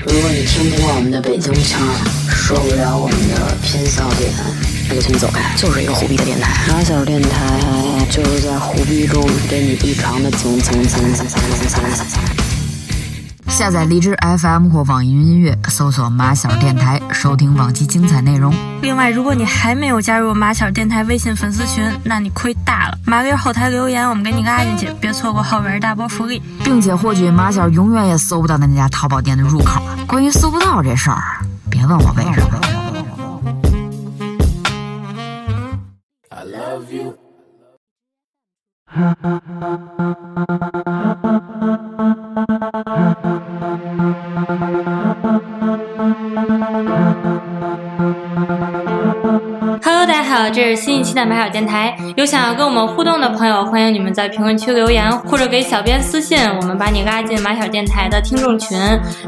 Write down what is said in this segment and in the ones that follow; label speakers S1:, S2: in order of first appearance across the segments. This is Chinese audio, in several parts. S1: 如果你听不惯我们的北京腔儿，受不了我们的偏笑点，那就请你走开。就是一个虎逼的电台，马小电台就是在虎逼中给你异常的蹭蹭蹭蹭蹭蹭蹭蹭蹭。
S2: 下载荔枝 FM 或网易云音乐，搜索“马小电台”，收听往期精彩内容。
S3: 另外，如果你还没有加入马小电台微信粉丝群，那你亏大了。麻溜后台留言，我们给你拉进去，别错过后边大波福利。
S2: 并且获取马小永远也搜不到的那家淘宝店的入口。关于搜不到这事儿，别问我为什么。
S4: Hello，大家好，这是新一期的马小电台。有想要跟我们互动的朋友，欢迎你们在评论区留言，或者给小编私信，我们把你拉进马小电台的听众群。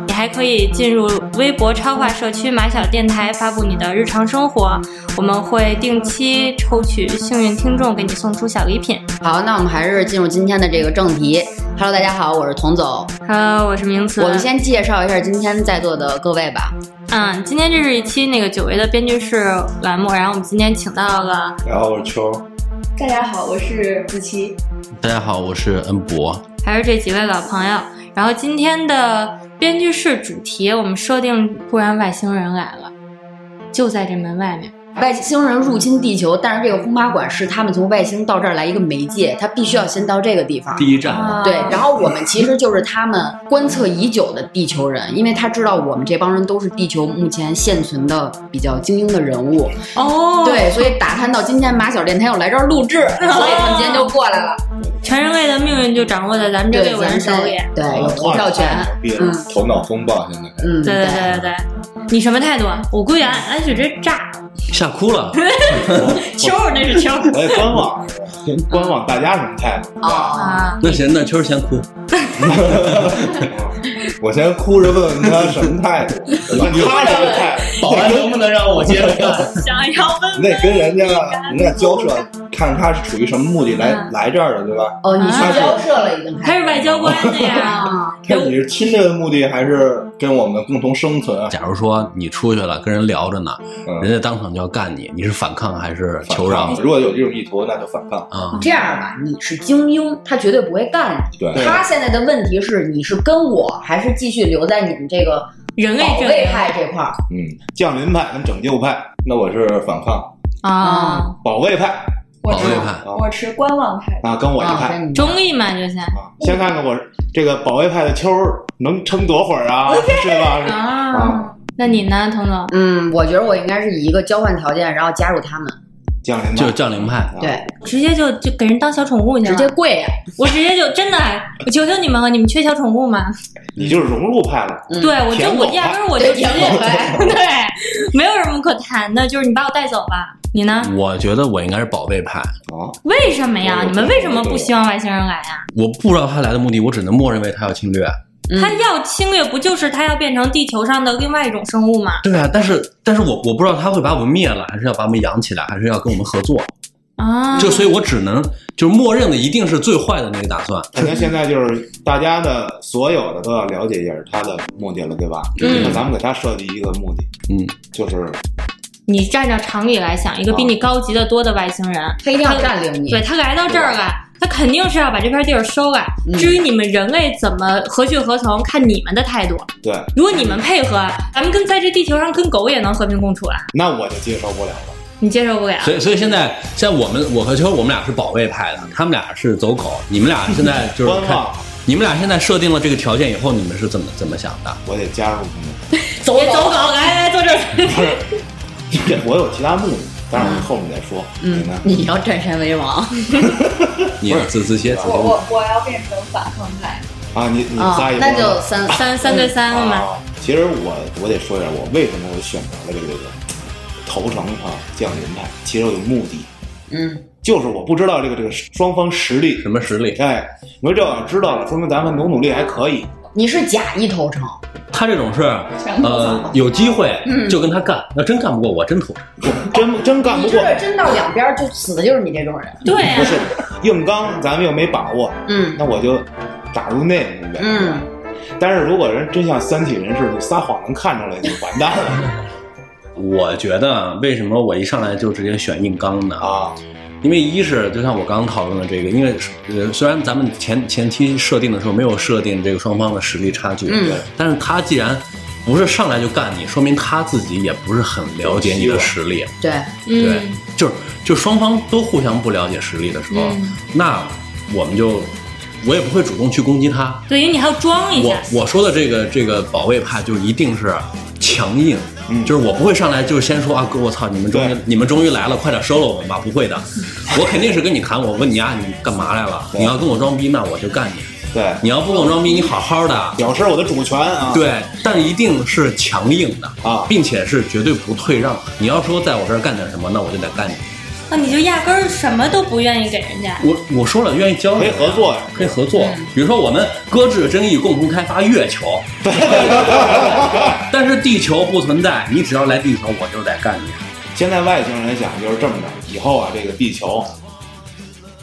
S4: 你还可以进入微博超话社区马小电台，发布你的日常生活。我们会定期抽取幸运听众，给你送出小礼品。
S5: 好，那我们还是进入今天的这个正题。Hello，大家好，我是童总。
S4: Hello，我是啊名词。
S5: 我们先介绍一下今天在座的各位吧。
S4: 嗯，今天这是一期那个久违的编剧室栏目，然后我们今天请到了
S6: 然后我是秋，
S7: 大家好，我是子琪。
S8: 大家好，我是恩
S9: 啊
S8: 博。
S4: 还是这几位老朋友。然后今天的编剧室主题，我们设定突然外星人来了，就在这门外面。
S5: 外星人入侵地球，但是这个轰趴馆是他们从外星到这儿来一个媒介，他必须要先到这个地方。
S8: 第一站，
S5: 对，然后我们其实就是他们观测已久的地球人，因为他知道我们这帮人都是地球目前现存的比较精英的人物，
S4: 哦，啊
S5: 对，所以打探到今天马小电台又来这儿录 制，所以他们今天就过来了。
S4: 全人类的命运就掌握在咱们这
S5: 对，
S4: 六个人手
S5: 咱
S4: 里。
S5: 对哎有投票权，
S6: 牛逼了
S5: 嗯，
S6: 啊头脑风暴现在 开始。
S5: 嗯，
S4: 对对对对对，你什么态度？啊我估计俺俺许直炸
S8: 吓哭 了。
S4: 球儿，那是球儿
S6: 我也观望，观望大家什么态度？
S5: 哦，
S4: 啊！
S8: 那谁？那秋儿先哭。
S6: 我先哭着问问他什么态 度，我问他什么态度，
S9: 保安能不能让我接着干？
S4: 想要问
S6: 你得跟人家人家交涉，看他是处于什么目的来
S4: 嗯
S6: 来这儿的，对吧？
S5: 哦，你去
S4: 啊
S5: 交涉了已经
S4: 他
S5: 开
S4: 是
S5: 始。
S4: 外交官的呀。
S6: 看你是侵略的目的，还是跟我们共同生存啊？
S8: 假如说你出去了，跟人聊着呢，
S6: 嗯
S8: 人家当场就要干你，你是反抗还是
S6: 反
S8: 求饶
S6: 抗？如果有这种意图，那就反抗。
S8: 啊？
S5: 这样吧，你是精英，他绝对不会干你。
S6: 对
S5: 他现在的问题是，你是跟我，还是继续留在你们这个
S4: 人类
S5: 保
S4: 这
S5: 卫派这块儿？
S6: 嗯，降临派跟拯救派，那我是反抗；
S4: 啊，
S6: 保卫派
S7: 我
S8: 保
S7: 持
S8: 卫派
S7: 我持观望态度。
S6: 啊，跟我一
S5: 啊，
S6: 派。
S5: 跟你
S4: 中立嘛，就先
S6: 啊，先看看我这个保卫派的秋儿能撑多会 儿啊，是吧？
S4: 啊
S6: 啊。
S4: 那你呢，童总？
S5: 嗯，我觉得我应该是以一个交换条件，然后加入他们，
S6: 降临
S8: 就是降临派。
S6: 啊
S5: 对，
S4: 直接就就给人当小宠物去了，
S5: 直接跪啊呀、
S4: 我直接就真的，哎我求求你们了，你们缺小宠物吗？
S6: 你就是融入派了，
S5: 嗯
S4: 对，我就
S6: 舔狗
S4: 我
S6: 吧
S4: 压根儿我就直接
S5: 舔狗呗
S4: 对，没有什么可谈的，就是你把我带走吧。你呢？
S8: 我觉得我应该是保卫派，
S6: 啊，
S4: 为什么呀？
S6: 我
S4: 你们为什么不希望外星人来啊呀？
S8: 我不知道他来的目的，我只能默认为他要侵略。
S5: 嗯
S4: 他要侵略，不就是他要变成地球上的另外一种生物吗？
S8: 对啊，但是但是我我不知道他会把我们灭了，还是要把我们养起来，还是要跟我们合作。
S4: 啊，
S8: 就所以，我只能就是默认的一定是最坏的那个打算。
S6: 反正现在就是大家的所有的都要了解一下他的目的了，对吧？
S4: 嗯
S6: 那咱们给他设计一个目的，
S8: 嗯，
S6: 就是
S4: 你站照常理来想，一个比你高级的多的外星人，
S5: 他一定要占领你。
S4: 对他来到这儿来。他肯定是要把这片地儿收来。
S5: 嗯
S4: 至于你们人类怎么何去何从，看你们的态度。啊
S6: 对，
S4: 如果你们配合，咱们跟在这地球上跟狗也能和平共处啊！
S6: 那我就接受不了了。
S4: 你接受不了？
S8: 所以所以现在现在我们我和秋儿我们俩是保卫派的，他们俩是走狗。你们俩现在就
S6: 嗯
S8: 是
S6: 观
S8: 看
S6: 望，
S8: 你们俩现在设定了这个条件以后，你们是怎么怎么想的？
S6: 我得加入他
S4: 别走狗，来来坐这儿。
S6: 们， 我有其他目的，但是我后面再说。
S5: 嗯
S6: 你呢，？
S5: 你要占山为王。
S8: 你自自些自
S7: 我
S8: 些，
S7: 我我要变成反抗派。
S6: 啊，你你
S5: 啊
S6: 仨，也
S5: 那
S6: 说
S5: 就三
S4: 三三对三了嘛，
S6: 啊，其实我我得说一下，我为什么我选择了这个投诚啊降临派，其实有目的，
S5: 嗯，
S6: 就是我不知道这个这个双方实力
S8: 什。么实力？
S6: 哎，你说这要知道了，说明咱们努努力还可以。
S5: 你是假意投诚，
S6: 啊
S8: 他这种是
S7: 全部走
S8: 呃有机会
S6: 嗯
S8: 就跟他干，要真干不过我真投。
S6: 真真干
S5: 你
S6: 不
S5: 知
S6: 过，
S5: 道真到两边儿就死的就是你这种人。
S4: 对啊呀、
S6: 不是硬刚，咱们又没把握，
S5: 嗯
S6: 那我就打入内部呗。
S5: 嗯，
S6: 但是如果人真像三体人似的，你撒谎能看出来，就完蛋了
S8: 我觉得为什么我一上来就直接选硬刚呢？
S6: 啊！
S8: 因为一是就像我刚刚讨论的这个，因为呃虽然咱们前前期设定的时候没有设定这个双方的实力差距，
S5: 嗯
S8: 但是他既然不是上来就干你，说明他自己也不是很了解你的实力，
S5: 对，
S8: 对
S4: 嗯，，
S8: 就是就双方都互相不了解实力的时候，
S4: 嗯
S8: 那我们就我也不会主动去攻击他，
S4: 对，因为你还要装一
S8: 我
S4: 下，
S8: 我说的这个这个保卫派就一定是强硬，
S6: 嗯
S8: 就是我不会上来就先说啊哥我操你们终于
S6: 对
S8: 你们终于来了，快点收了我们吧，不 会的，我肯定是跟你谈，我问你啊你干嘛来了？
S6: 对
S8: 你要跟我装逼那我就干你，
S6: 对，
S8: 你要不跟我装逼你好好的，
S6: 表示我的主权啊！
S8: 对，但一定是强硬的
S6: 啊
S8: 并且是绝对不退让。你要说在我这儿干点什么，那我就得干你。
S4: 那你就压根儿什么都不愿意给人家。
S8: 我我说了愿意教你
S6: 可以合作呀嗯
S8: 可以合作。比如说我们搁置争议，共同开发 月球。但是地球不存在，你只要来地球，我就得干你。
S6: 现在外星人想就是这么着，以后啊，这个地球，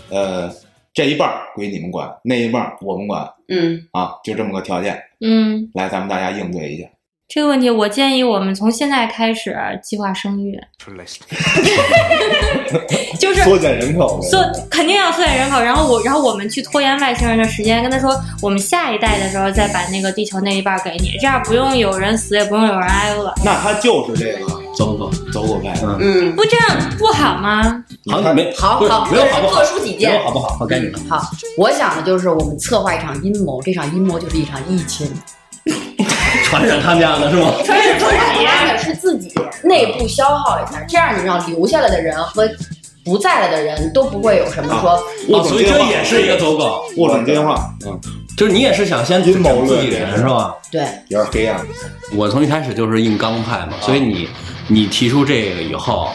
S6: 呃，这一半儿归你们管，那一半儿我们管
S5: 嗯，
S6: 啊，就这么个条件，
S4: 嗯，
S6: 来，咱们大家应对一下。
S4: 这个问题我建议我们从现在开始计划生育， 就是
S6: 缩减人口呗
S4: 缩肯定要缩减人口，然后我，然后我们去拖延外星人的时间，跟他说，我们下一代的时候再把那个地球那一半给你，这样不用有人死，也不用有人挨饿，
S6: 那他就是这个
S8: 走走，
S6: 走狗派，
S8: 嗯
S5: 嗯，
S4: 不这样不好吗？
S8: 好，你没
S5: 好
S8: 不是
S5: 好，
S8: 没有好不好
S5: 各？抒己
S8: 没
S5: 见
S8: 有。好不好？好，该你了。
S5: 好，我想的就是我们策划一场阴谋，这场阴谋就是一场疫情，
S8: 传染他们家的是吗？
S5: 不是不是他们是自己内部消耗一下，这样你让留下来的人和不在了的人都不会有什么说
S6: 物
S8: 哦，
S6: 种
S8: 所以
S6: 进
S8: 这
S6: 化
S8: 也是一个嗯走狗，
S6: 物种进化
S8: 就是你也是想先
S6: 阴谋论
S8: 自己人是吧？
S5: 对，
S6: 有点黑暗，
S8: 我从一开始就是硬刚派嘛，所以你你提出这个以后，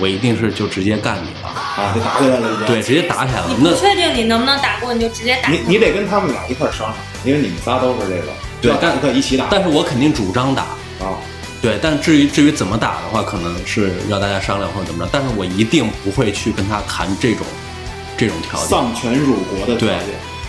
S8: 我一定是就直接干你了，
S6: 啊，就打起来了已经。
S8: 对，，直接打起来了
S4: 你。
S8: 那
S4: 不确定你能不能打过，你就直接打。
S6: 你你得跟他们俩一块儿商量，因为你们仨都是这个，
S8: 对
S6: 要打
S8: 但
S6: 就可以一起打
S8: 但是我肯定主张打，
S6: 啊。
S8: 对，但至于至于怎么打的话，可能是要大家商量或者怎么着，但是我一定不会去跟他谈这种这种条件。
S6: 丧权辱国的条
S8: 对
S6: 件，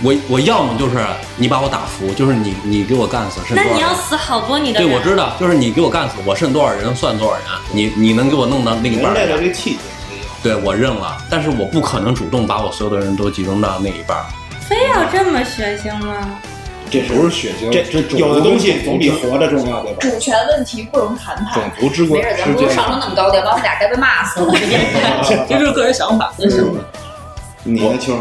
S8: 我我要么就是你把我打服，就是你你给我干死，是
S4: 那
S8: 多少
S4: 你要
S8: 人？
S4: 死好多你的
S8: 对，
S4: 人，
S8: 我知道，就是你给我干死，我剩多少人算多少人，啊你你能给我弄到另一
S6: 人
S8: 半儿
S6: 类的，
S8: 来
S6: 这气节也有，
S8: 对我认了，但是我不可能主动把我所有的人都集中到那一半儿。
S4: 非要这么血腥吗？
S6: 这是不是血腥？这这有的东西总比活着重要，对吧？
S7: 主权问题不容谈判。
S6: 种族
S8: 嗯
S6: 之国
S5: 没事，咱
S6: 之
S5: 不用
S6: 间，
S5: 上升那么高调，刚才俩该被骂死了。
S8: 这 就是个人想法，个人想法。
S6: 你的球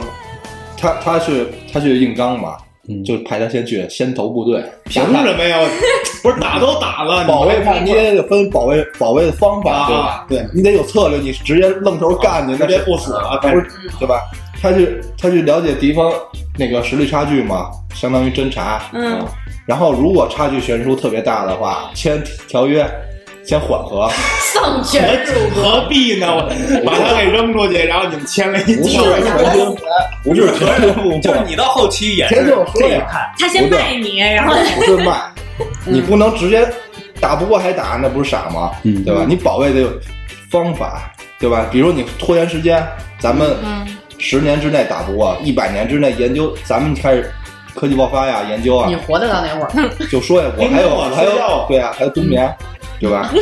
S10: 他他去他去硬刚嘛，
S8: 嗯
S10: 就派他先去先头部队。
S6: 凭什么呀？ 不是打都打了，
S10: 保卫
S6: 派
S10: 派，你也得分保卫保卫的方法，对吧？
S6: 啊，对，
S10: 你得有策略，你直接愣头干去，
S6: 直
S10: 那
S6: 接
S10: 是
S6: 不死了，
S10: 不
S6: 开始
S10: 是对吧？他去他去了解敌方那个实力差距嘛，相当于侦查。啊
S4: 嗯，
S10: 然后如果差距悬殊特别大的话，签条约，先缓和。
S5: 丧权辱国，
S6: 何必呢？我把他给扔出去，然后你们签了一
S10: 不是
S6: 旧约。
S10: 全不是全军覆没，
S8: 就是你到后期也
S10: 前
S8: 是
S10: 就说
S8: 这一
S10: 呀
S8: 派。
S4: 他先卖你，然后
S10: 不是卖，你不能直接打不过还打，那不是傻吗？
S8: 嗯
S10: 对吧？你保卫得有方法，对吧？比如你拖延时间，咱们
S4: 嗯
S10: 十年之内打不过，一百年之内研究，咱们开始科技爆发呀，研究啊
S5: 你，活得到那会儿，
S10: 就说呀，我还
S6: 冰
S10: 有
S6: 冻啊
S10: 我还
S6: 睡觉啊
S10: 有对啊，还有冬眠，对吧？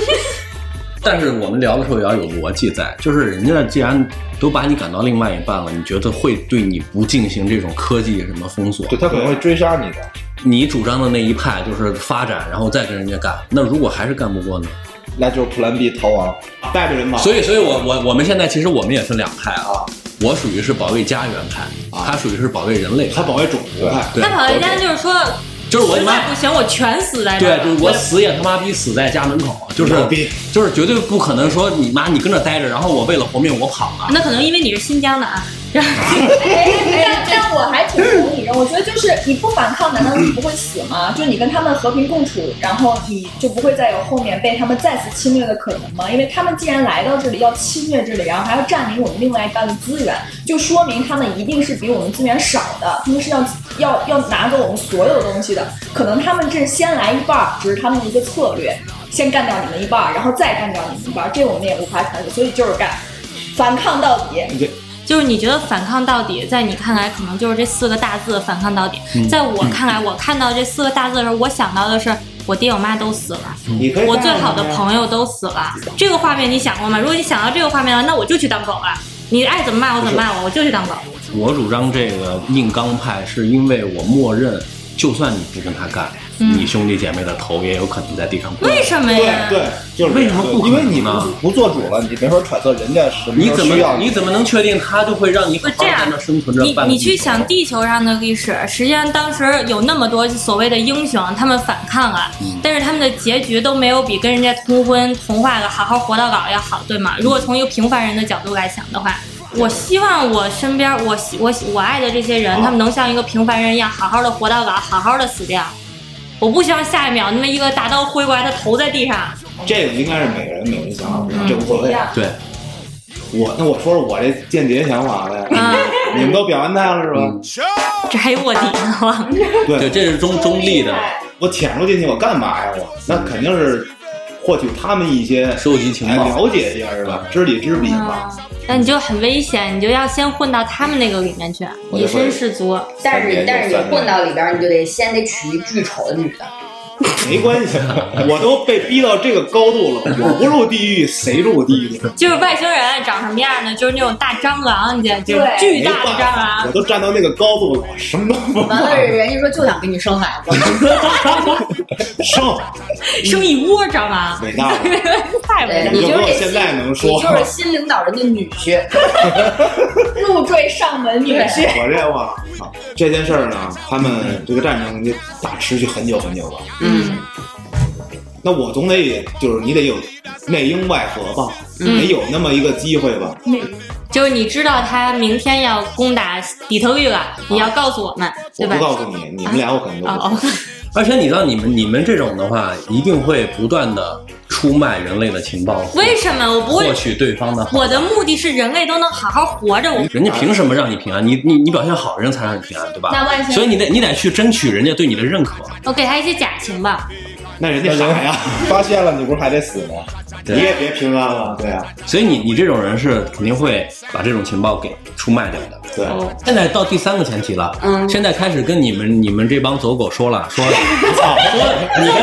S8: 但是我们聊的时候也要有逻辑在，就是人家既然都把你赶到另外一半了，你觉得会对你不进行这种科技什么封锁？
S10: 对他可能会追杀你的。
S8: 你主张的那一派就是发展，然后再跟人家干。那如果还是干不过呢？
S10: 那就是 Plan B 逃亡，
S6: 带着人嘛，
S8: 所以，所以我我我们现在其实我们也分两派啊。我属于是保卫家园派，
S6: 啊
S8: 他属于是保卫人类
S6: 他
S8: 派。
S6: 保卫种族派，
S8: 对
S4: 他跑回家就是说，
S8: 就是我
S4: 实
S8: 他妈
S4: 在不行，我全死在这
S8: 对啊
S4: 儿。，
S8: 就是我死也他妈逼死在家门口，就是
S6: 牛逼
S8: 就是绝对不可能说你妈你跟这待着，然后我为了活命我跑了。
S4: 那可能因为你是新疆的啊，
S7: 但但我还挺同意的，我觉得就是你不反抗，难道你不会死吗？就你跟他们和平共处，然后你就不会再有后面被他们再次侵略的可能吗？因为他们既然来到这里，要侵略这里，然后还要占领我们另外一半的资源，就说明他们一定是比我们资源少的，他们是要要要拿走我们所有东西的。可能他们这先来一半儿，只是他们的一个策略，先干掉你们一半儿，然后再干掉你们一半儿，这我们也无法揣测，所以就是干，反抗到底。
S6: 这
S4: 就是你觉得反抗到底，在你看来可能就是这四个大字“反抗到底”
S6: 嗯
S4: 在我看来，我看到这四个大字的时候，我想到的是我爹我妈都死了，
S6: 你可以
S4: 我
S6: 带
S4: 最
S6: 你
S4: 好
S10: 啊
S4: 的
S6: 呀
S4: 朋友都死了，这个画面你想过吗？如果你想到这个画面了，那我就去当狗了。你爱怎么骂我怎么骂我，我就去当狗。
S8: 我主张这个硬刚派，是因为我默认，就算你不跟他干，
S4: 嗯
S8: 你兄弟姐妹的头也有可能在地上滚。
S4: 为什么呀？
S6: 对，就是
S8: 为什么不可能呢
S10: 因为你不不做主了，你没法揣测人家什么
S8: 你
S10: 时候
S8: 怎
S10: 需要
S8: 么你怎么能确定他就会让你好
S4: 这
S8: 好
S4: 样
S8: 在那生存着
S4: 你
S8: 半个
S4: 你
S8: 地球
S4: 去想地球上的历史，实际上当时有那么多所谓的英雄，他们反抗了，
S8: 嗯
S4: 但是他们的结局都没有比跟人家通婚同化了，好好活到老要好，对吗？如果从一个平凡人的角度来想的话，我希望我身边我喜我喜我爱的这些人，他们能像一个平凡人一样，好好的活到老，好好的死掉。我不希望下一秒那么一个大刀挥过来，他头在地上。
S6: 这个应该是每个人每个人想法
S4: 嗯
S6: 不一样，这无所谓。
S8: 对，
S6: 我那我说说我这间谍想法呗，
S4: 嗯
S6: 你们都表扬他了是吧？
S10: 嗯
S4: 这还有卧底呢，我
S6: 对，
S8: 这是中中立的，
S6: 我潜入进去我干嘛呀？我那肯定是获取他们一些
S8: 收集情
S6: 哎
S8: 报
S6: 了解一下是吧？知己知彼
S4: 嗯
S6: 嘛。
S4: 那你就很危险，你就要先混到他们那个里面去，
S6: 我就
S4: 以
S6: 会
S4: 身试足。
S5: 但是
S6: 三年
S5: 但是
S6: 就三
S5: 你
S6: 年
S5: 混到里边儿，你就得先得娶一巨丑的 女的。
S6: 没关系，我都被逼到这个高度了，我不入地狱谁入地狱？
S4: 就是外星人长什么样呢？就是那种大蟑螂，你见就是
S7: 对
S4: 巨
S6: 没
S4: 大的啊
S6: 办
S4: 蟑
S6: 法，
S4: 螂
S6: 我。都站到那个高度了，我什么都不
S10: 嗯
S5: 完了，人家说就想给你生孩子，
S10: 哎
S6: 剩，
S4: 生一窝蟑螂，
S6: 伟大了。
S4: 太伟
S5: 对
S4: 大了。
S6: 你
S5: 你就
S6: 就
S5: 是
S6: 跟我
S5: 这
S6: 现
S5: 新
S6: 在能
S5: 你
S6: 说
S5: 就是新领导人的女婿，
S7: 入赘上门女婿，
S6: 我这我操这件事儿呢，他们这个战争就打持续很久很久了。
S4: 嗯
S6: 那我总得就是你得有内应外合吧，
S4: 嗯
S6: 得有那么一个机会吧。
S4: 就是你知道他明天要攻打底特律了，你要告诉我们，对
S6: 我
S4: 吧
S6: 不？告诉你，你们俩我肯定
S4: 哦
S6: 都
S4: 哦
S6: 不。，
S8: 而且你知道，你们你们这种的话，一定会不断的出卖人类的情报，
S4: 为什么我不会
S8: 获？取对方的好。
S4: 我的目的是人类都能好好活着，我
S8: 人家凭什么让你平安？你你你表现好，人家才让你平安，对吧
S7: 那万？幸
S8: 所以你得你得去争取人家对你的认可。
S4: 我给他一些假情吧。
S6: 那人
S4: 哦
S6: 家傻呀，
S10: 发现了，你不是还得死吗？
S6: 你也别平安了，对啊，
S8: 所以你你这种人是肯定会把这种情报给出卖掉的。
S6: 对。
S4: 哦，
S8: 现在到第三个前提了，嗯，现在开始跟你们你们这帮走狗说了，说
S6: 操，
S8: 说你们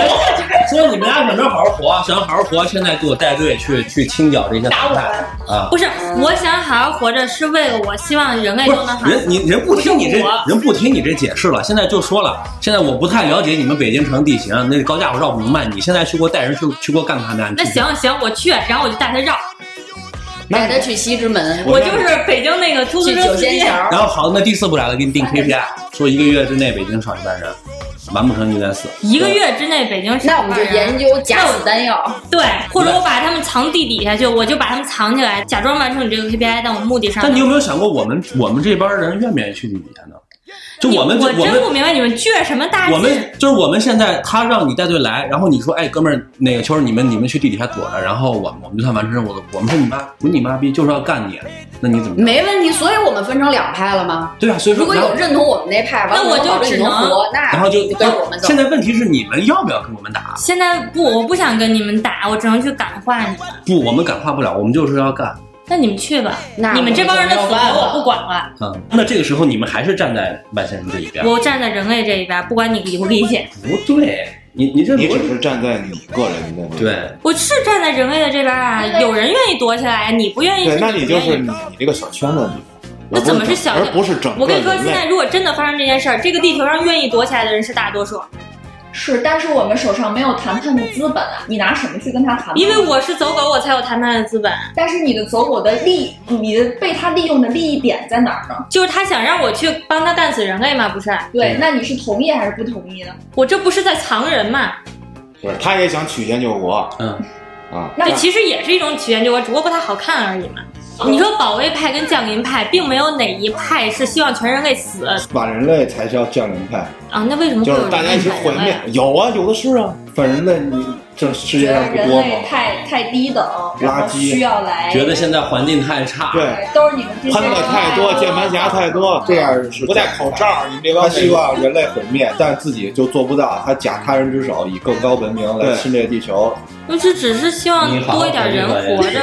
S8: 说你们俩准备好好活啊，想好好活啊，现在给我带队去去清剿这些反派啊！
S4: 不是，我想好好活着是为了我希望人类
S8: 不
S4: 都能
S8: 是
S4: 好好。
S8: 人，你人不听你这
S4: 不是我
S8: 人不听你这解释了，现在就说了，现在我不太了解你们北京城地形，那高架我绕不明白，你现在去给我带人去去给我干他们俩，
S4: 那行行，我去，然后我就带他绕，
S5: 带他去西直门，
S4: 我就是北京那个出租
S5: 去
S4: 车
S5: 九
S4: 司机
S5: 仙。桥。
S8: 然后好，那第四步来了，给你定 KPI，说一个月之内北京少一半人，完不成你得死。
S4: 一个月之内，北京市
S5: 那
S7: 哎
S5: 我们就研究假死丹药，
S4: 对，或者我把他们藏地底下去，我就把他们藏起来，假装完成你这个 KPI，但我目的上。
S8: 但你有没有想过，我们我们这帮人愿不愿意去地底下呢？就
S4: 你
S8: 我们
S4: 我
S8: 我
S4: 真不
S8: 们
S4: 明白你们倔什么大劲。
S8: 我们就是我们现在他让你带队来，然后你说哎哥们儿那个秋儿你们你们去地底下躲着，然后我们我们就算完成任务了。我们说你妈滚你妈逼，就是要干你，那你怎么？
S5: 没问题。所以我们分成两派了吗？
S8: 对啊，所以说
S5: 如果
S8: 然
S5: 有
S8: 后
S5: 认同我们那派，完
S4: 那我就
S5: 保证
S4: 只
S5: 你能
S4: 能
S5: 活，那
S8: 然后就
S5: 你跟我们走
S8: 现。在问题是你们要不要跟我们打？
S4: 现在不，我不想跟你们打，我只能去感化你们。
S8: 不，我们感化不了，我们就是要干。
S4: 那你们去吧，
S5: 那
S4: 你们这帮人的死
S5: 我
S4: 活
S5: 就没有办法
S4: 我不管了，
S8: 嗯，那这个时候你们还是站在外星人这一边。
S4: 我站在人类这一边，不管你理不理解，
S8: 不对，你你这
S6: 你
S8: 逻
S6: 只
S8: 辑
S6: 是站在你个人的那个
S8: 对。
S4: 我是站在人类的这边啊。有人愿意躲起来，你不愿意，
S6: 对，那
S4: 你
S6: 你
S4: 不
S6: 就
S4: 愿意
S6: 是你你这个小圈子里。
S4: 那怎么是小
S6: 而不是整个
S4: 我跟你说，
S6: 人
S4: 现
S6: 类
S4: 在如果真的发生这件事儿，这个地球上愿意躲起来的人是大多数，
S7: 是，但是我们手上没有谈判的资本啊，你拿什么去跟他谈判？
S4: 因为我是走狗，我才有谈判的资本。
S7: 但是你的走狗的利，你的被他利用的利益点在哪儿呢？
S4: 就是他想让我去帮他干死人类嘛，不是？
S7: 对，
S6: 嗯
S7: 那你是同意还是不同意呢？
S4: 我这不是在藏人嘛？
S6: 不是，他也想曲线救国，
S8: 嗯
S6: 啊，
S7: 那
S4: 这其实也是一种曲线救国，只不过不太好看而已嘛。你说保卫派跟降临派，并没有哪一派是希望全人类死啊？
S10: 反人类才叫降临派，
S4: 那为什么会
S6: 就
S4: 有
S6: 是大
S4: 人
S6: 家一
S4: 类
S6: 起
S4: 反
S6: 毁
S4: 人类
S6: 灭
S4: 啊？，
S6: 有啊，有的是啊，
S10: 反人类你这世界
S7: 觉
S10: 上
S7: 得
S10: 不
S7: 人
S10: 多吗
S7: 类？太太低等，啊然后
S10: 垃圾
S7: 需要来，
S8: 觉得现在环境太差，
S6: 对，
S7: 都是你们这些
S6: 喷
S7: 人
S6: 的太多，键盘侠太多，
S10: 这样是
S6: 啊不戴口罩，你们这
S10: 他
S6: 帮
S10: 希望人类毁灭，但自己就做不到，他假他人之手，以更高文明来
S6: 对
S10: 侵略地球。
S4: 我是只是希望
S8: 你好
S4: 多一点人活着。
S8: 着。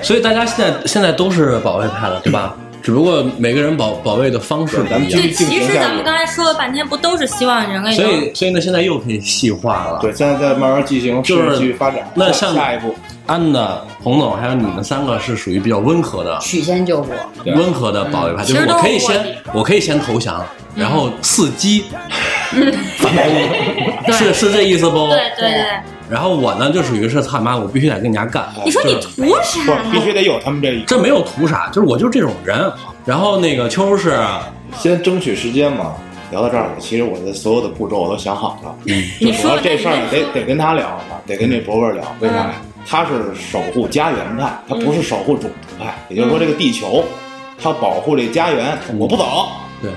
S8: 所以大家现在现在都是保卫派了，对吧？只不过每个人保保卫的方式不一
S4: 对，
S8: 样。
S4: 其实咱们刚才说了半天，不都是希望人类
S8: 所
S4: 能
S8: 以，所以呢，现在又可以细化了。
S10: 对，现在在慢慢进行
S8: 就
S10: 继续
S8: 是
S10: 发展。
S8: 那像
S10: 下一步，
S8: 安娜、洪总还有你们三个是属于比较温和的，
S5: 曲线救国，
S10: 啊
S8: 温和的保卫派，
S4: 嗯
S8: 就是
S4: 其实都嗯
S8: 我可以
S4: 是卧底
S8: 先，我可以先投降，然后 伺机反攻，是是这意思不？
S4: 对对对。
S8: 然后我呢，就属于是他妈，我必须得跟人家干。
S4: 你说你
S8: 就是
S4: 图啥
S6: 不，必
S4: 呢？
S6: 须得有他们这一
S8: 这没有图啥，就是我就是这种人。啊然后那个秋是，
S10: 先争取时间嘛。
S6: 聊到这儿，其实我的所有的步骤我都想好了。嗯，
S4: 你说吧
S6: 这事儿
S4: 你先
S6: 得得跟他聊了，得跟这伯伯
S8: 嗯
S6: 聊。为啥呀？他是守护家园派，他不是守护种族派。也就是说，这
S8: 嗯
S6: 个地球，他保护这家园，我不走。
S8: 对，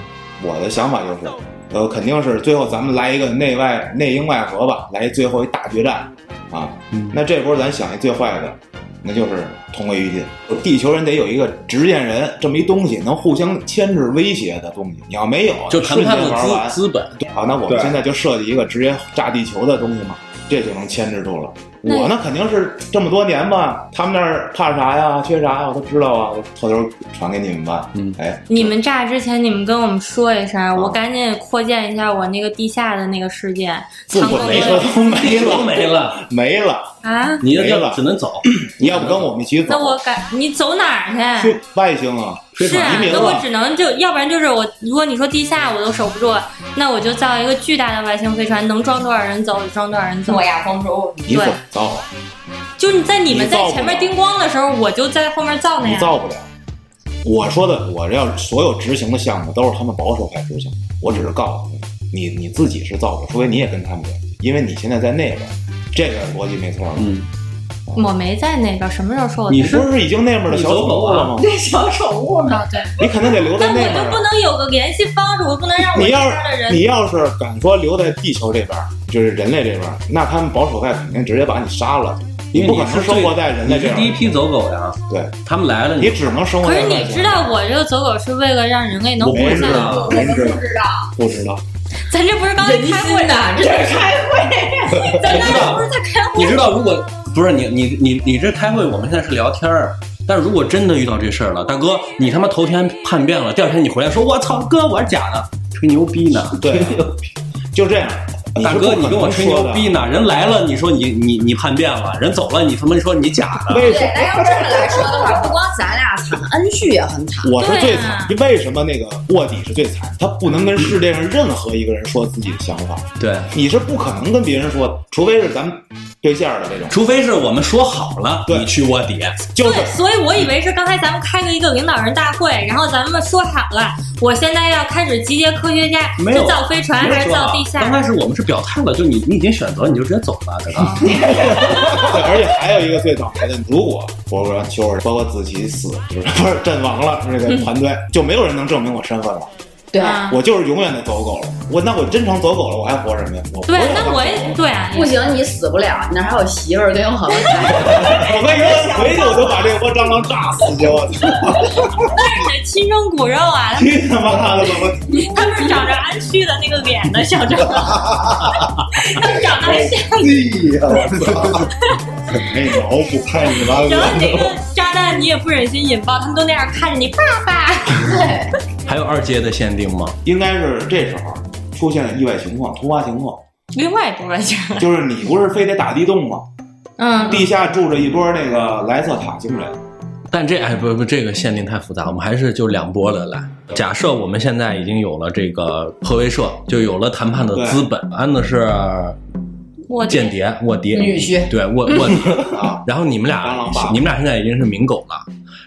S6: 我的想法就是，呃，肯定是最后咱们来一个内外内应外合吧，来最后一大决战啊。那这波咱想一最坏的，那就是同归于尽。地球人得有一个执剑人这么一东西，能互相牵制威胁的东西。你要没有，
S8: 就谈判
S6: 瞬间啊玩
S8: 的
S6: 完
S8: 资资 本，
S6: 好，那我们
S10: 对
S6: 现在就设计一个直接炸地球的东西嘛，这就能牵制住了。我呢，肯定是这么多年吧，他们那儿怕啥呀，缺啥呀，我都知道啊，我偷偷传给你们吧。
S8: 嗯
S6: 哎，
S4: 你们炸之前，你们跟我们说一
S6: 啊
S4: 声，我赶紧扩建一下我那个地下的那个世界，
S6: 不
S4: 藏
S6: 不，
S4: 更
S6: 没
S4: 多
S6: 说
S4: 的
S6: 都没
S8: 都
S6: 了，
S8: 没了，
S6: 没了。
S4: 啊？
S8: 你这
S6: 没了
S8: 只能走。
S6: 你要不跟我们一起
S4: 那
S6: 走
S4: 我？赶你走哪儿去？
S6: 去外星啊？
S4: 是啊
S6: 移，民
S4: 那我
S6: 了
S4: 只能就，要不然就是我，如果你说地下我都守不住，那我就造一个巨大的外星飞船，能装多少人走就装多少人走
S5: 诺。亚方舟，
S6: 你怎
S4: 对
S6: 么造？
S4: 就是你在你们
S6: 你造
S4: 在
S6: 不
S4: 前面
S6: 了
S4: 叮咣的时候，我就在后面造那
S6: 你
S4: 样。
S6: 造不了。我说的，我要所有执行的项目都是他们保守派执行的，我只是告诉你，你你自己是造不了，除非你也跟他们联系，因为你现在在那边，这个逻辑没错吧。
S8: 嗯，
S4: 我没在那边，什么时哦候说我在
S8: 你
S6: 你
S8: 是
S6: 不是已经那边的小宠物了吗？
S7: 对小宠物呢？
S4: 对，
S6: 你肯定得留在
S4: 但
S6: 那
S4: 我
S6: 边
S4: 就不
S6: 啊。
S4: 能有个联系方式，我不能让我
S6: 你
S4: 这
S6: 要
S4: 边的
S6: 是
S4: 人
S6: 你要是敢说留在地球这边，就是人类这边，那他们保守派肯定直接把你杀了，你不可能生活在人类
S8: 你
S6: 这
S8: 是第一
S6: 样，
S8: 批走狗呀，
S6: 对
S8: 他们来了，
S6: 你只能生活
S4: 可
S6: 在
S4: 是
S6: 外
S4: 你
S6: 星
S4: 知道，我这个走狗是为了让人类能
S8: 我
S4: 活
S8: 不
S6: 没知
S8: 知
S4: 下来。
S8: 道
S6: 道，没知道，不知道。
S4: 咱这不是刚才
S5: 人
S4: 开
S5: 心
S4: 会
S5: 呐，这是
S4: 咱刚才不是在开会？
S8: 你知道，如果不是你，你你你这开会，我们现在是聊天儿。但如果真的遇到这事儿了，大哥，你他妈头天叛变了，第二天你回来说，我操，哥，我是假的，吹牛逼呢。
S6: 对，就这样。
S8: 大
S6: 是不
S8: 哥，
S6: 可
S8: 你跟我
S6: 能
S8: 吹
S6: 说
S8: 牛
S6: 的
S8: 逼呢，人来了，你说你你你叛变了，人走了，你他妈说你假的。
S6: 为什
S5: 对，那要这么来说的话，不光咱俩惨，恩旭也
S7: 啊
S5: 很惨。
S6: 我是最惨？
S4: 对
S6: 为什么那个卧底是最惨？他不能跟世界上任何一个人说自己的想法，
S8: 对，
S6: 你是不可能跟别人说的，除非是咱们对象的这种，
S8: 除非是我们说好了，
S6: 对
S8: 你去卧底，
S6: 就
S4: 对，
S6: 是
S4: 所以我以为是刚才咱们开了一个领导人大会，然后咱们说好了，我现在要开始集结科学家，
S8: 没有
S4: 是造飞船还是造地
S8: 刚
S4: 下？
S8: 开始我们是表态了，就你你已经选择，你就直接走吧，大 哥。
S6: 对，而且还有一个最倒霉的，如果博格、秋儿包括子琪死，就是不是阵亡了，这个团队、就没有人能证明我身份了，
S5: 对，
S4: 啊，
S6: 我就是永远的走狗了。我那我真成走狗了，我还活什么呀？我
S4: 对
S6: 活也，
S4: 那
S6: 活
S4: 我也对啊，
S5: 不行，你死不了，你那还有媳妇儿跟有 好友。
S6: 我跟你说，回去我就把这窝蟑螂炸死去！ 我操，
S4: 但是你的亲生骨肉啊，
S6: 去他妈的吧！我
S4: 他们是长着安旭的那个脸的小 蟑螂，他们长得还像。
S10: 对呀，我操！
S6: 没脑补，
S10: 太你妈
S4: 然后那个渣男你也不忍心引爆，他们都那样看着你，爸爸。
S5: 对，
S8: 还有二阶的限定吗？
S6: 应该是这时候出现意外情况、突发情况，
S4: 另外一波外星人，
S6: 就是你不是非得打地洞吗？
S4: 嗯，
S6: 地下住着一波那个莱瑟塔星人，
S8: 但这哎不不，这个限定太复杂，我们还是就两波的来。假设我们现在已经有了这个核威慑，就有了谈判的资本。安的是
S4: 我
S8: 间谍、卧底、
S5: 女婿
S8: 对卧 卧底
S6: 啊。
S8: 然后你们
S6: 蟑
S8: 俩
S6: 螂爸，爸
S8: 你们俩现在已经是明狗了。